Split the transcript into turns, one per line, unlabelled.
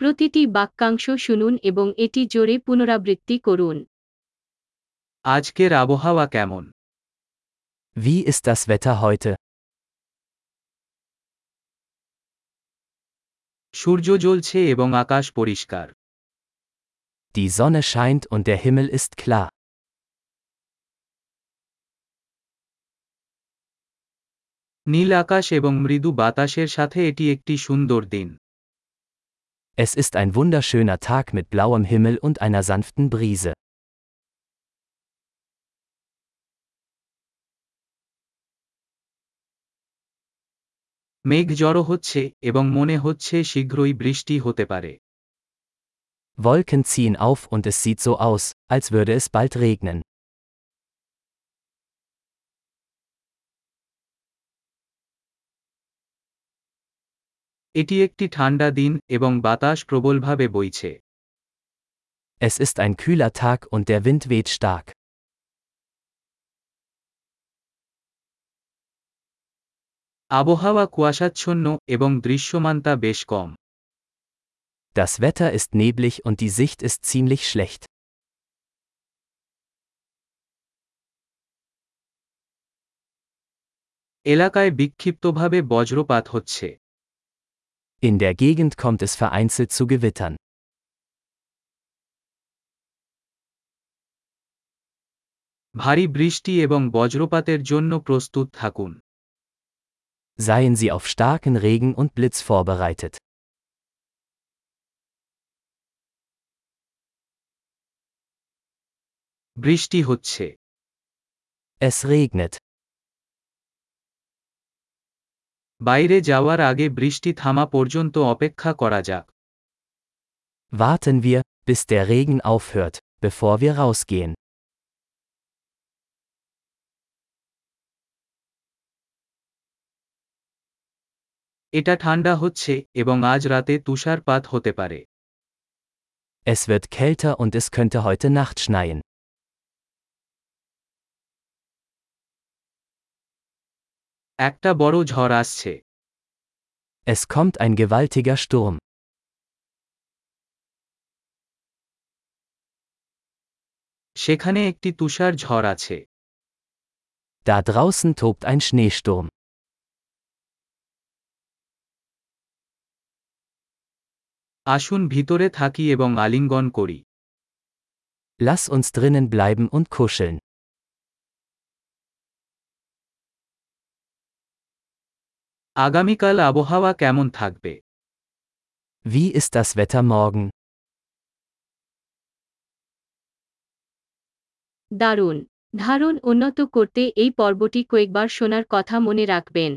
প্রতিটি বাক্যাংশ শুনুন এবং এটি জোরে পুনরাবৃত্তি করুন
আজকের আবহাওয়া কেমন
Wie ist das Wetter heute?
সূর্য জ্বলছে এবং আকাশ পরিষ্কার
Die Sonne scheint und der Himmel ist klar.
নীল আকাশ এবং মৃদু বাতাসের সাথে এটি একটি সুন্দর দিন
Es ist ein wunderschöner Tag mit blauem Himmel und einer sanften Brise.
মেঘ জড়ো হচ্ছে এবং মনে হচ্ছে শীঘ্রই বৃষ্টি হতে পারে
Wolken ziehen auf und es sieht so aus, als würde es bald regnen.
এটি একটি ঠান্ডা দিন এবং বাতাস প্রবলভাবে বইছে
Es ist ein kühler Tag und der Wind weht stark.
আবহাওয়া কুয়াশাচ্ছন্ন এবং দৃশ্যমানতা বেশ কম
Das Wetter ist neblig und die Sicht ist ziemlich schlecht.
এলাকায় বিক্ষিপ্তভাবে বজ্রপাত হচ্ছে
In der Gegend kommt es vereinzelt zu Gewittern.
ভারী বৃষ্টি এবং বজ্রপাতের জন্য প্রস্তুত থাকুন
Seien Sie auf starken Regen und Blitz vorbereitet.
বৃষ্টি হচ্ছে
Es regnet.
বাইরে যাওয়ার আগে বৃষ্টি থামা পর্যন্ত অপেক্ষা করা যাক
Warten wir, bis der Regen aufhört, bevor wir rausgehen.
এটা ঠান্ডা হচ্ছে এবং আজ রাতে তুষারপাত হতে পারে
Es wird kälter und es könnte heute Nacht schneien.
একটা বড় ঝড় আসছে
Es kommt ein gewaltiger Sturm.
সেখানে একটি তুষার ঝড় আছে
Da draußen tobt ein Schneesturm.
আসুন ভিতরে থাকি এবং আলিঙ্গন করি
Lass uns drinnen bleiben und kuscheln.
আগামীকাল আবহাওয়া কেমন থাকবে
Wie ist das Wetter morgen?
দারুণ ধারণ উন্নত করতে এই পর্বটি কয়েকবার শোনার কথা মনে রাখবেন